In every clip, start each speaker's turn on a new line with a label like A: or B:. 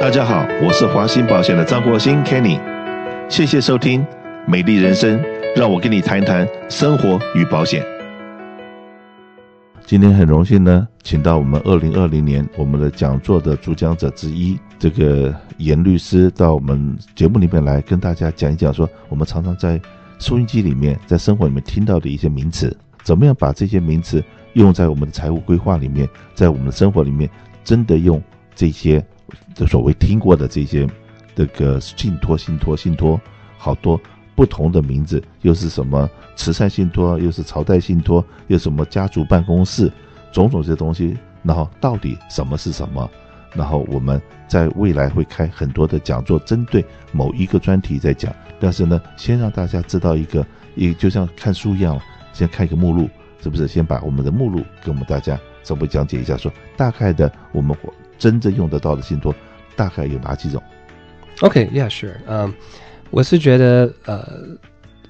A: 大家好，我是华鑫保险的张国兴 Kenny，谢谢收听《美丽人生》，让我跟你谈谈生活与保险。今天很荣幸呢，请到我们二零二零年我们的讲座的主讲者之一，这个严律师到我们节目里面来跟大家讲一讲说，我们常常在收音机里面，在生活里面听到的一些名词，怎么样把这些名词用在我们的财务规划里面，在我们的生活里面，真的用这些所谓听过的这些这个信托、信托、信托，好多不同的名字，又是什么慈善信托，又是朝代信托，又什么家族办公室，种种这些东西，然后到底什么是什么？然后我们在未来会开很多的讲座，针对某一个专题在讲。但是呢，先让大家知道一个，也就像看书一样，先看一个目录，是不是？先把我们的目录跟我们大家稍微讲解一下说，说大概的我们真正用得到的信托大概有哪几种
B: ？OK，Yeah，Sure、okay,。嗯，我是觉得呃，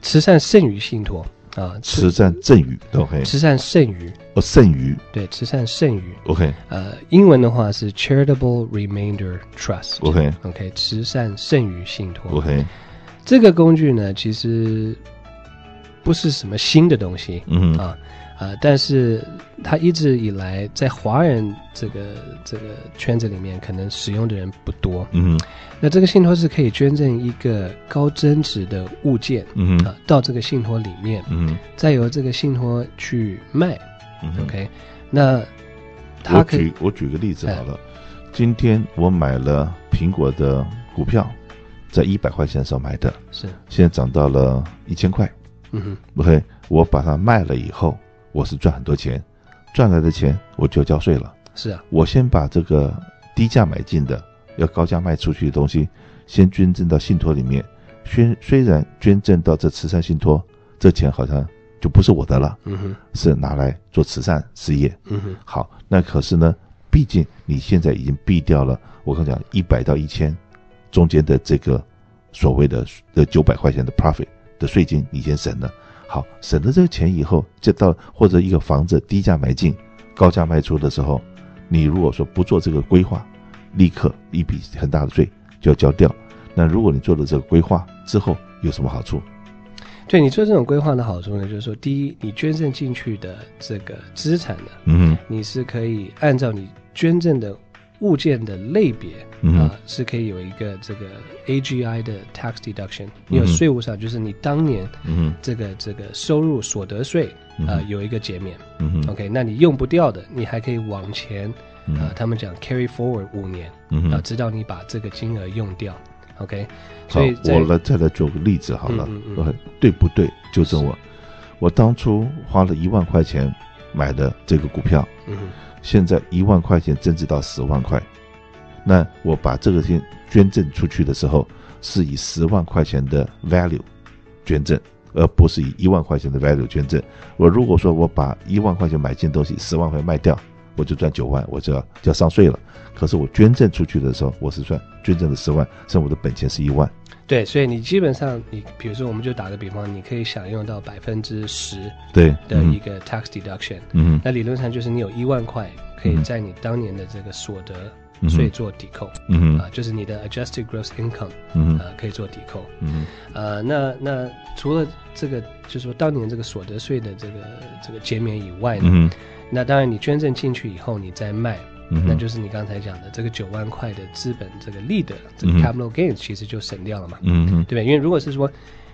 B: 慈善剩余信托。啊，
A: 慈善剩余，OK，
B: 慈善剩余，
A: 哦，剩余，
B: 对，慈善剩余
A: ，OK，
B: 呃，英文的话是 Charitable Remainder Trust，OK，OK，慈善剩余信托
A: ，OK，
B: 这个工具呢，其实不是什么新的东西，
A: 嗯
B: 啊啊，但是它一直以来在华人这个这个圈子里面，可能使用的人不多，
A: 嗯，
B: 那这个信托是可以捐赠一个高增值的物件，
A: 嗯
B: 啊，到这个信托里面。
A: 嗯，
B: 再由这个信托去卖、
A: 嗯、
B: ，OK？那
A: 我举我举个例子好了，哎、今天我买了苹果的股票，在一百块钱时候买的，
B: 是
A: 现在涨到了一千块，
B: 嗯哼
A: ，OK，我把它卖了以后，我是赚很多钱，赚来的钱我就交税了，
B: 是啊，
A: 我先把这个低价买进的要高价卖出去的东西，先捐赠到信托里面，虽虽然捐赠到这慈善信托，这钱好像就不是我的了，
B: 嗯哼，
A: 是拿来做慈善事业。
B: 嗯哼，
A: 好，那可是呢，毕竟你现在已经避掉了，我刚讲一百到一千中间的这个所谓的呃九百块钱的 profit 的税金，你先省了。好，省了这个钱以后，就到或者一个房子低价买进，高价卖出的时候，你如果说不做这个规划，立刻一笔很大的税就要交掉。那如果你做了这个规划之后，有什么好处？
B: 对你做这种规划的好处呢，就是说，第一，你捐赠进去的这个资产呢，
A: 嗯，
B: 你是可以按照你捐赠的物件的类别啊、
A: 嗯
B: 呃是可以有一个这个 AGI 的 tax deduction，你有税务上就是你当年
A: 嗯
B: 这个这个收入所得税
A: 嗯
B: 啊、呃有一个减免。
A: 嗯哼
B: OK，那你用不掉的，你还可以往前
A: 嗯
B: 啊、他们讲 carry forward 五年
A: 嗯
B: 啊、
A: 哼，
B: 直到你把这个金额用掉。OK，
A: 好
B: 所以，在
A: 我来再来举个例子好了，
B: 嗯嗯嗯
A: 呃对不对？纠正我，我当初花了一万块钱买的这个股票，
B: 嗯哼
A: 现在一万块钱增值到十万块，那我把这个先捐赠出去的时候，是以十万块钱的 value 捐赠，而不是以一万块钱的 value 捐赠。我如果说我把一万块钱买进东西，十万块卖掉，我就赚九万，我就要就要上税了。可是我捐赠出去的时候，我是算捐赠的十万，剩我的本钱是一万。
B: 对，所以你基本上你比如说，我们就打个比方，你可以享用到百分之十
A: 对
B: 的
A: 嗯
B: 一个 tax deduction，、
A: 嗯
B: 那理论上就是你有一万块可以
A: 嗯
B: 在你当年的这个所得
A: 嗯哼
B: 税做抵扣啊、
A: 嗯哼
B: 就是你的 adjusted gross income
A: 嗯哼
B: 啊、可以做抵扣。
A: 嗯
B: 呃，那那除了这个，就是说当年这个所得税的这个这个减免以外
A: 哼
B: 呢，
A: 嗯哼
B: 那当然你捐赠进去以后你再卖，
A: 嗯哼
B: 那就是你刚才讲的这个九万块的资本这个利得，这个
A: 嗯
B: capital gains 其实就省掉了嘛，
A: 嗯哼
B: 对不对？因为如果是说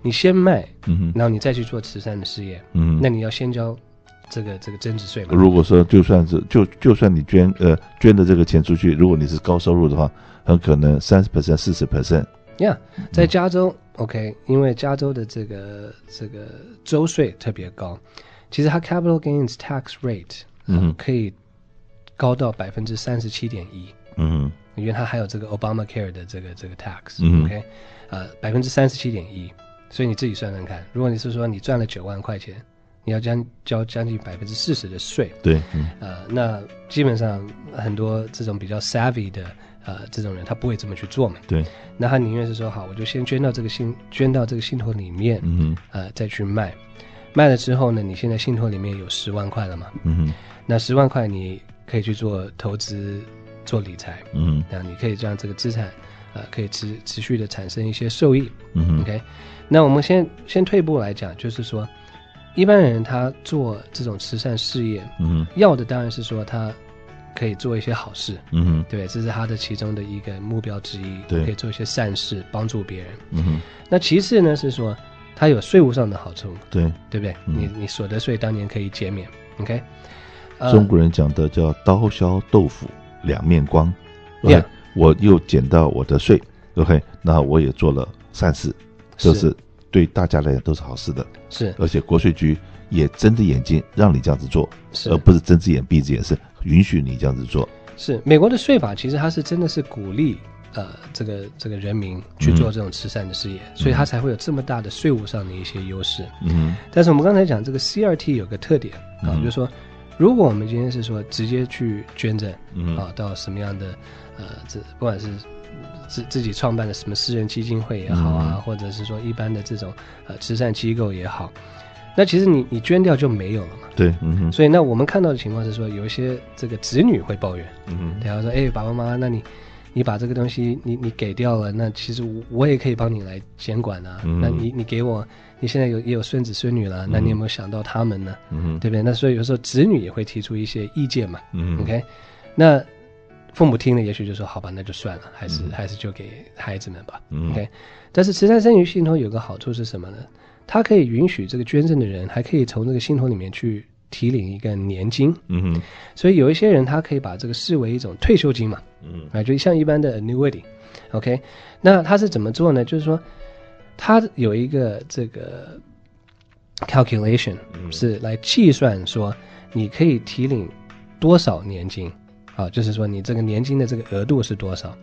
B: 你先卖，
A: 嗯哼
B: 然后你再去做慈善的事业，
A: 嗯哼
B: 那你要先交这个这个增值税嘛，
A: 如果说就算是就就算你捐呃捐的这个钱出去，如果你是高收入的话，很可能三十 percent 四十 percent。
B: 呀、yeah,，在加州、o k 因为加州的这个这个州税特别高，其实它 capital gains tax rate、
A: 嗯哼
B: 可以高到百分之三十七点一，
A: 嗯
B: 因为它还有这个 Obamacare 的这个这个 tax，OK，、
A: 嗯
B: OK？呃，百分之三十七点一，所以你自己算算看，如果你是说你赚了九万块钱，你要将交将近百分之四十的税，
A: 对，嗯
B: 呃，那基本上很多这种比较 savvy 的呃这种人，他不会这么去做嘛。
A: 对，
B: 那他宁愿是说好，我就先捐到这个信捐到这个信托里面，
A: 嗯哼
B: 呃，再去卖。卖了之后呢，你现在信托里面有十万块了嘛？
A: 嗯哼
B: 那十万块你可以去做投资，做理财，
A: 嗯
B: 那你可以让这个资产，呃，可以持持续的产生一些收益。
A: 嗯哼
B: OK，那我们先先退一步来讲，就是说，一般人他做这种慈善事业，
A: 嗯哼
B: 要的当然是说他可以做一些好事，
A: 嗯哼
B: 对，这是他的其中的一个目标之一，
A: 对
B: 可以做一些善事，帮助别人。
A: 嗯哼，
B: 那其次呢是说，他有税务上的好处，
A: 对，
B: 对不对？
A: 嗯
B: 你你所得税当年可以减免，OK？呃
A: 中国人讲的叫刀削豆腐两面光。OK，
B: Yeah
A: 我又减到我的税，OK，那我也做了善事，这
B: 是
A: 是对大家来讲都是好事的。
B: 是
A: 而且国税局也睁着眼睛让你这样子做，而
B: 是
A: 不是睁只眼闭只眼，是允许你这样子做。
B: 是，美国的税法其实它是真的是鼓励呃这个这个人民
A: 嗯
B: 去做这种慈善的事业，所以它才会有这么大的税务上的一些优势。
A: 嗯
B: 但是我们刚才讲这个 CRT 有个特点啊，
A: 嗯
B: 就是说，如果我们今天是说直接去捐赠
A: 嗯
B: 啊，到什么样的呃，这不管是自自己创办的什么私人基金会也好啊，
A: 嗯
B: 或者是说一般的这种呃慈善机构也好，那其实你你捐掉就没有了嘛。
A: 对，嗯哼，
B: 所以那我们看到的情况是说，有一些这个子女会抱怨，
A: 嗯哼，
B: 然后说，哎，爸爸妈妈，那你。你把这个东西你你给掉了，那其实我我也可以帮你来监管啊。
A: 嗯
B: 那你你给我，你现在有也有孙子孙女了，那你有没有想到他们呢？
A: 嗯哼，
B: 对不对？那所以有时候子女也会提出一些意见嘛。
A: 嗯哼
B: OK，那父母听了也许就说好吧，那就算了，还是、
A: 嗯
B: 还是就给孩子们吧。
A: 嗯
B: OK，但是慈善生育信托有个好处是什么呢？它可以允许这个捐赠的人还可以从这个信托里面去提领一个年金，
A: 嗯哼，
B: 所以有一些人他可以把这个视为一种退休金嘛，
A: 嗯
B: 啊，就像一般的 annuity。OK，那他是怎么做呢？就是说，他有一个这个 calculation，
A: 嗯
B: 是来计算说你可以提领多少年金啊，就是说你这个年金的这个额度是多少。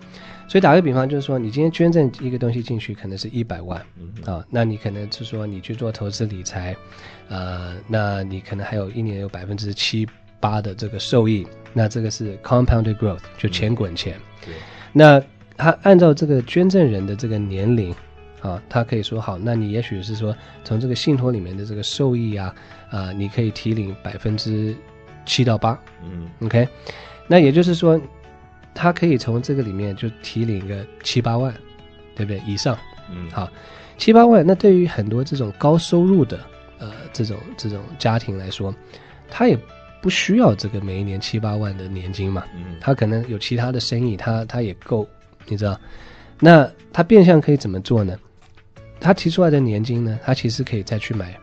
B: 所以打个比方，就是说你今天捐赠一个东西进去，可能是一百万
A: 嗯
B: 啊，那你可能是说你去做投资理财，呃，那你可能还有一年有百分之七八的这个收益，那这个是 compounded growth，就钱滚钱。
A: 对
B: 那他按照这个捐赠人的这个年龄啊，他可以说好，那你也许是说从这个信托里面的这个受益啊，啊、你可以提领百分之七到八
A: 嗯
B: ，OK，那也就是说，他可以从这个里面就提领个七八万，对不对？以上
A: 嗯，
B: 好，七八万，那对于很多这种高收入的呃这种这种家庭来说，他也不需要这个每一年七八万的年金嘛，
A: 嗯
B: 他可能有其他的生意，他他也够，你知道？那他变相可以怎么做呢？他提出来的年金呢，他其实可以再去买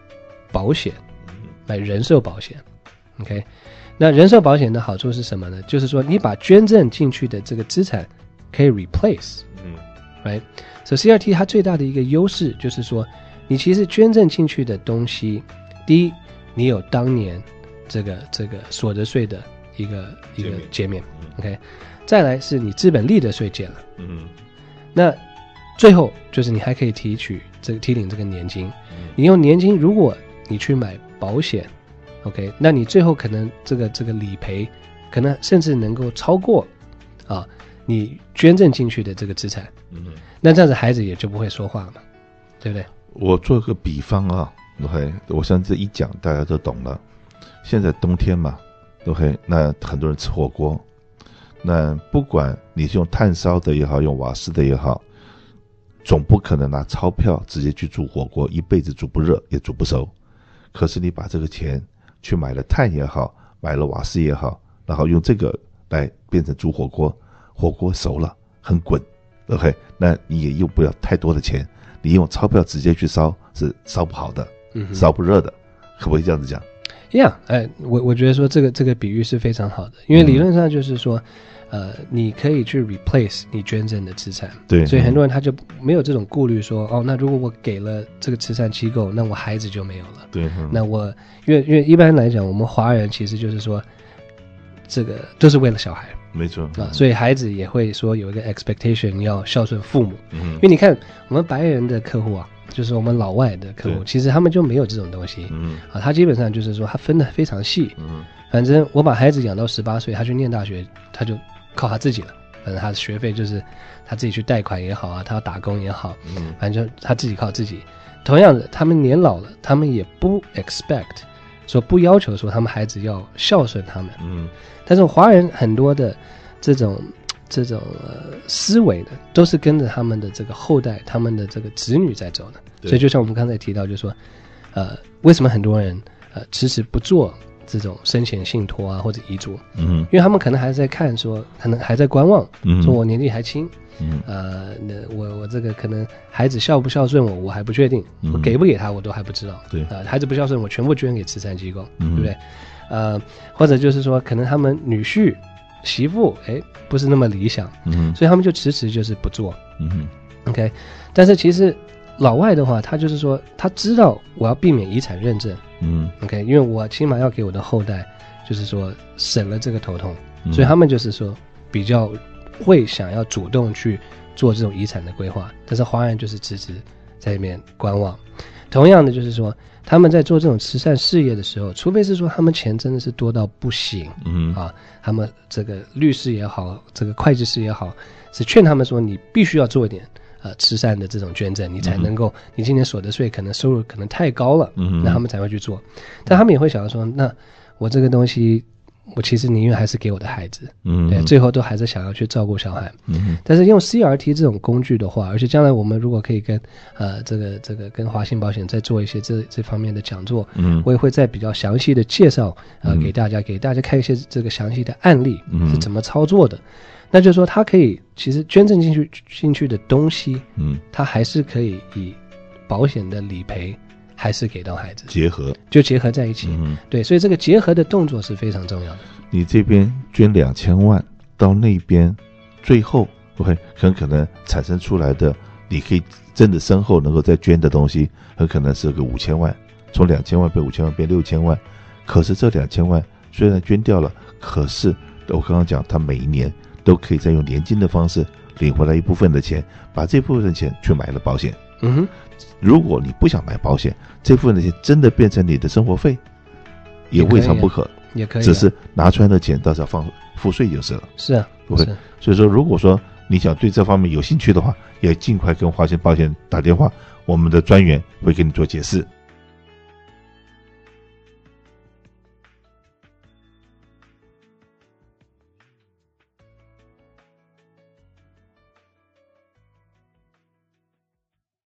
B: 保险，
A: 嗯
B: 买人寿保险。OK，那人寿保险的好处是什么呢？就是说你把捐赠进去的这个资产可以 replace，
A: 嗯
B: right？所、以 CRT 它最大的一个优势就是说，你其实捐赠进去的东西，第一，你有当年这个这个所得税的一个一
A: 减
B: 个
A: 免
B: 减免
A: 嗯
B: ，OK，再来是你资本利得税减了，
A: 嗯
B: 那最后就是你还可以提取这个提领这个年金，
A: 嗯
B: 你用年金，如果你去买保险，OK，那你最后可能这个这个理赔，可能甚至能够超过啊你捐赠进去的这个资产。
A: 嗯。
B: 那这样子孩子也就不会说话了嘛，对不对？
A: 我做个比方啊，OK，我相信这一讲大家都懂了。现在冬天嘛，OK，那很多人吃火锅，那不管你是用炭烧的也好，用瓦斯的也好，总不可能拿钞票直接去煮火锅，一辈子煮不热也煮不熟。可是你把这个钱去买了炭也好，买了瓦斯也好，然后用这个来变成煮火锅，火锅熟了很滚，OK，那你也用不了太多的钱，你用钞票直接去烧是烧不好的，
B: 嗯
A: 烧不热的，可不可以这样子讲？
B: ，Yeah，哎，我我觉得说这个这个比喻是非常好的，因为
A: 嗯
B: 理论上就是说，呃，你可以去 replace 你捐赠的资产，
A: 对，嗯
B: 所以很多人他就没有这种顾虑说，哦，那如果我给了这个慈善机构，那我孩子就没有了。
A: 对，嗯
B: 那我因为因为一般来讲，我们华人其实就是说，这个都是为了小孩
A: 没错嗯
B: 啊，所以孩子也会说有一个 expectation 要孝顺父母。
A: 嗯
B: 因为你看我们白人的客户啊，就是我们老外的客户，
A: 对
B: 其实他们就没有这种东西。
A: 嗯
B: 啊，他基本上就是说他分的非常细，
A: 嗯
B: 反正我把孩子养到十八岁，他去念大学，他就靠他自己了。反正他的学费就是他自己去贷款也好啊，他要打工也好，
A: 嗯
B: 反正他自己靠自己。同样的，他们年老了，他们也不 expect，说不要求说他们孩子要孝顺他们。
A: 嗯
B: 但是华人很多的这种这种呃思维的，都是跟着他们的这个后代、他们的这个子女在走的。
A: 对
B: 所以就像我们刚才提到，就是说，呃，为什么很多人呃迟迟不做这种生前信托啊或者遗嘱？
A: 嗯
B: 因为他们可能还在看说，可能还在观望，
A: 嗯
B: 说我年纪还轻，
A: 嗯
B: 呃，那我我这个可能孩子孝不孝顺我，我还不确定，
A: 嗯
B: 我给不给他我都还不知道。
A: 对
B: 呃，孩子不孝顺我全部捐给慈善机构，
A: 嗯
B: 对不对？呃，或者就是说，可能他们女婿、媳妇，哎，不是那么理想，
A: 嗯
B: 所以他们就迟迟就是不做。
A: 嗯
B: OK，但是其实老外的话，他就是说他知道我要避免遗产认证
A: 嗯
B: ，OK，因为我起码要给我的后代，就是说省了这个头痛。
A: 嗯，
B: 所以他们就是说比较会想要主动去做这种遗产的规划，但是华人就是迟迟在里面观望。同样的，就是说他们在做这种慈善事业的时候，除非是说他们钱真的是多到不行
A: 嗯
B: 啊，他们这个律师也好，这个会计师也好，是劝他们说你必须要做一点。呃，慈善的这种捐赠，你才能够，你今年所得税可能收入可能太高了，
A: 嗯
B: 那他们才会去做。但他们也会想到说，那我这个东西，我其实宁愿还是给我的孩子，
A: 嗯
B: 对，最后都还是想要去照顾小孩。
A: 嗯
B: 但是用 CRT 这种工具的话，而且将来我们如果可以跟呃这个这个跟华信保险再做一些这这方面的讲座，
A: 嗯
B: 我也会再比较详细的介绍呃
A: 嗯
B: 给大家，给大家看一些这个详细的案例
A: 嗯
B: 是怎么操作的。那就是说，它可以其实捐赠进去进去的东西，
A: 嗯
B: 它还是可以以保险的理赔还是给到孩子，
A: 结合
B: 就结合在一起。
A: 嗯。
B: 对，所以这个结合的动作是非常重要的。
A: 你这边捐两千万，到那边最后会很可能产生出来的，你可以真的身后能够再捐的东西，很可能是个五千万，从两千万变五千万变六千万。可是这两千万虽然捐掉了，可是我刚刚讲，他每一年都可以再用年金的方式领回来一部分的钱，把这部分的钱去买了保险。
B: 嗯哼。
A: 如果你不想买保险，这部分的钱真的变成你的生活费，也未尝不可。
B: 也可以啊，
A: 只是拿出来的钱到时候放付税就是了。
B: 是啊，
A: 对
B: 是啊
A: 所以说，如果说你想对这方面有兴趣的话，也尽快跟华信保险打电话，我们的专员会给你做解释。